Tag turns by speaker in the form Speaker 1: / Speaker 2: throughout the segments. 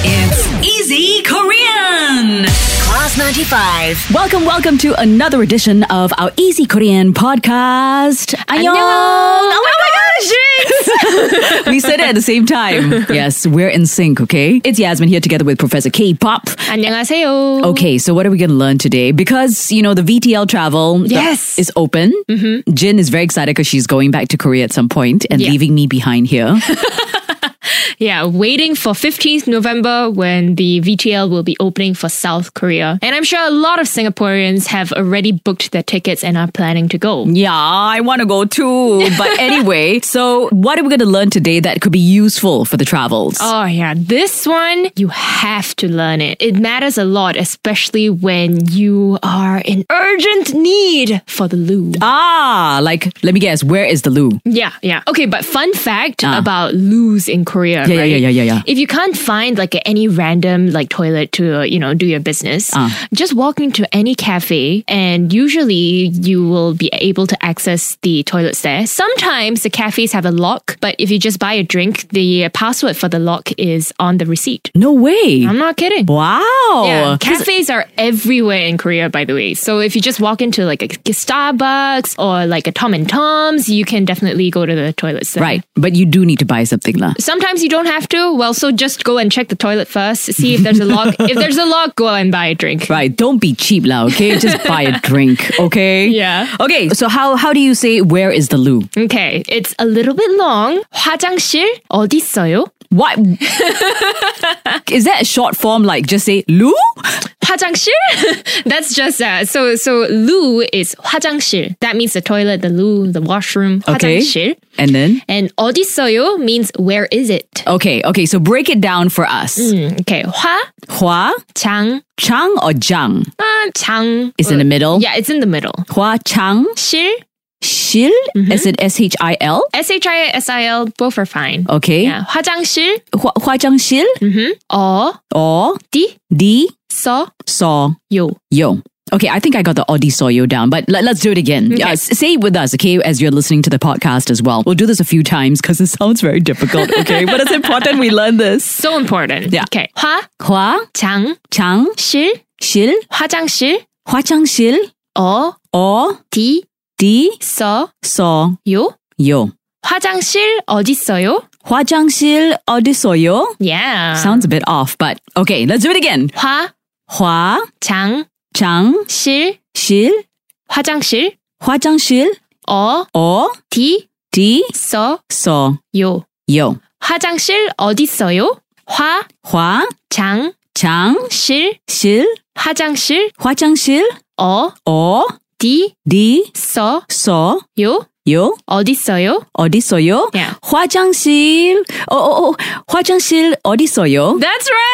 Speaker 1: It's Easy Korean. Class 95.
Speaker 2: Welcome, welcome to another edition of our Easy Korean podcast. Annyeong! Oh my gosh! we said it at the same time. Yes, we're in sync, okay? It's Yasmin here together with Professor K Pop.
Speaker 3: 안녕하세요.
Speaker 2: Okay, so what are we going to learn today? Because, you know, the VTL travel the-
Speaker 3: Yes.
Speaker 2: is open. Mm-hmm. Jin is very excited because she's going back to Korea at some point and
Speaker 3: Yeah.
Speaker 2: leaving me behind here.
Speaker 3: Yeah, waiting for 15th November when the VTL will be opening for South Korea. And I'm sure a lot of Singaporeans have already booked their tickets and are planning to go.
Speaker 2: Yeah, I want to go too. But anyway, so what are we going to learn today that could be useful for the travels?
Speaker 3: Oh yeah, this one you have to learn it. It matters a lot, especially when you are in urgent need for the loo.
Speaker 2: Ah, like let me guess, where is the loo?
Speaker 3: Yeah, yeah. Okay, but fun fact about loos in Korea,
Speaker 2: Ah. Yeah, yeah,
Speaker 3: right?
Speaker 2: yeah, yeah, yeah, yeah.
Speaker 3: If you can't find like any random like toilet to, uh, you know, do your business,
Speaker 2: Ah.
Speaker 3: just walk into any cafe and usually you will be able to access the toilets there. Sometimes the cafes have a lock, but if you just buy a drink, the password for the lock is on the receipt.
Speaker 2: No way.
Speaker 3: I'm not kidding.
Speaker 2: wow.
Speaker 3: Hmm? Yeah, cafes are everywhere in Korea, by the way. So if you just walk into like a Starbucks or like a Tom and Tom's, you can definitely go to the toilets. There.
Speaker 2: Right, but you do need to buy something lah.
Speaker 3: Sometimes you don't have to. Well, so just go and check the toilet first. See if there's a lock. if there's a lock, go and buy a drink.
Speaker 2: Right, don't be cheap lah, okay? Just buy a drink, okay?
Speaker 3: Yeah.
Speaker 2: Okay, so how how do you say where is the loo?
Speaker 3: Okay, it's a little bit long. 화장실 어디 있어요?
Speaker 2: What is that a short form like just say loo?
Speaker 3: 화장실? That's just that. So so loo is 화장실. That means the toilet, the loo, the washroom.
Speaker 2: Okay.
Speaker 3: 화장실.
Speaker 2: And then
Speaker 3: And 어디 있어요 means where is it?
Speaker 2: Okay, okay, so break it down for us.
Speaker 3: Okay, 화
Speaker 2: Hua,
Speaker 3: Chang.
Speaker 2: chang or jang?
Speaker 3: Uh,
Speaker 2: 아,
Speaker 3: chang.
Speaker 2: Is in the middle.
Speaker 3: Yeah, it's in the middle.
Speaker 2: Hua chang
Speaker 3: Shil.
Speaker 2: shil? Is it S H I L?
Speaker 3: S-H-I-S-I-L. Both are fine.
Speaker 2: Okay.
Speaker 3: Yeah. 화장실.
Speaker 2: Hua, hua chang shil?
Speaker 3: 어디
Speaker 2: Or D
Speaker 3: 써요.
Speaker 2: saw yo. Okay, I think I got the Audi saw yo down, but let, us do it again. Yeah, s- say it with us, okay, as you're listening to the podcast as well. We'll do this a few times because it sounds very difficult, okay? but it's important we learn this.
Speaker 3: So important.
Speaker 2: Yeah.
Speaker 3: Okay.
Speaker 2: Hua
Speaker 3: 화장실.
Speaker 2: chang shil,
Speaker 3: 화장실.
Speaker 2: hua chang shil,
Speaker 3: 어디
Speaker 2: or D
Speaker 3: 써요.
Speaker 2: saw yo.
Speaker 3: 화장실 어디 있어요?
Speaker 2: Hua chang shil Audi saw yo.
Speaker 3: Yeah.
Speaker 2: Sounds a bit off, but okay, let's do it again. Hua
Speaker 3: 화장실.
Speaker 2: chang shil,
Speaker 3: 화장실. 어,
Speaker 2: hua chang shil, or
Speaker 3: 어디
Speaker 2: D
Speaker 3: 써요.
Speaker 2: saw yo.
Speaker 3: 화장실 어디 있어요?
Speaker 2: Hua
Speaker 3: 화장실.
Speaker 2: chang shil
Speaker 3: 화장실
Speaker 2: 화장실
Speaker 3: 어디
Speaker 2: 어디서요?
Speaker 3: 있어요? 어디 있어요?
Speaker 2: 어디서요?
Speaker 3: Yeah.
Speaker 2: 화장실 어어어 화장실 어디서요?
Speaker 3: That's right!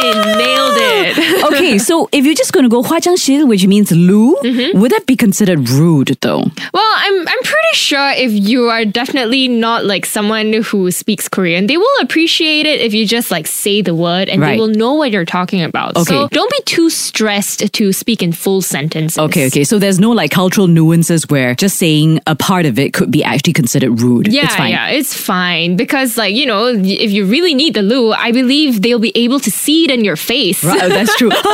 Speaker 3: Nailed it.
Speaker 2: okay, so if you're just going to go 화장실, which means loo,
Speaker 3: Mm-hmm.
Speaker 2: would that be considered rude though?
Speaker 3: Well, I'm I'm pretty sure if you are definitely not like someone who speaks Korean, they will appreciate it if you just like say the word and
Speaker 2: Right.
Speaker 3: they will know what you're talking about. So
Speaker 2: Okay.
Speaker 3: don't be too stressed to speak in full sentences.
Speaker 2: Okay, okay. So there's no like cultural nuances where just saying a part of it could be actually considered rude.
Speaker 3: Yeah,
Speaker 2: it's fine.
Speaker 3: yeah, it's fine because, like, you know, if you really need the loo, I believe they'll be able to see it in your face.
Speaker 2: Right, oh, that's true.
Speaker 3: 화장실,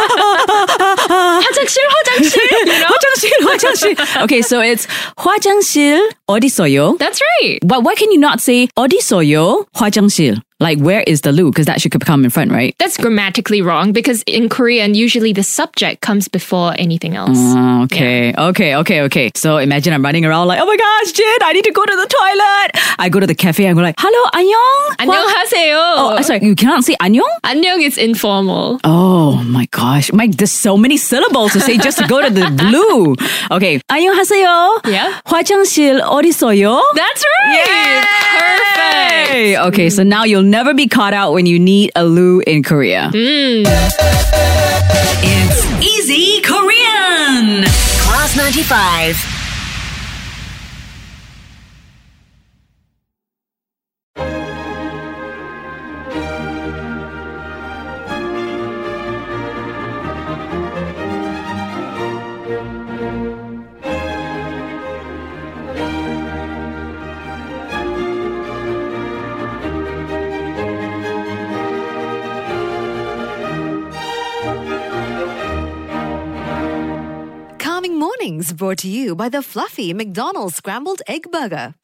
Speaker 3: 화장실, you know?
Speaker 2: 화장실, 화장실. Okay, so it's 화장실 어디서요?
Speaker 3: That's right.
Speaker 2: But why can you not say 어디서요 화장실? Like where is the loo? Because that should come in front, right?
Speaker 3: That's grammatically wrong because in Korean, usually the subject comes before anything else.
Speaker 2: Oh, okay, okay, okay, okay. So imagine I'm running around like, oh my gosh, Jin, I need to go to the toilet. I go to the cafe. I go like, hello, 안녕. What-
Speaker 3: 안녕하세요.
Speaker 2: Oh, sorry, you cannot say 안녕.
Speaker 3: 안녕 is informal.
Speaker 2: Oh my gosh, Mike, there's so many syllables to say just to go to the blue. Okay, 안녕하세요.
Speaker 3: Yeah.
Speaker 2: 화장실 어디서요?
Speaker 3: That's right.
Speaker 2: Yay! Yay! Okay, so now you'll never be caught out when you need a loo in Korea.
Speaker 1: It's Easy Korean. Class 95.
Speaker 4: Calming Mornings brought to you by the fluffy McDonald's Scrambled Egg Burger.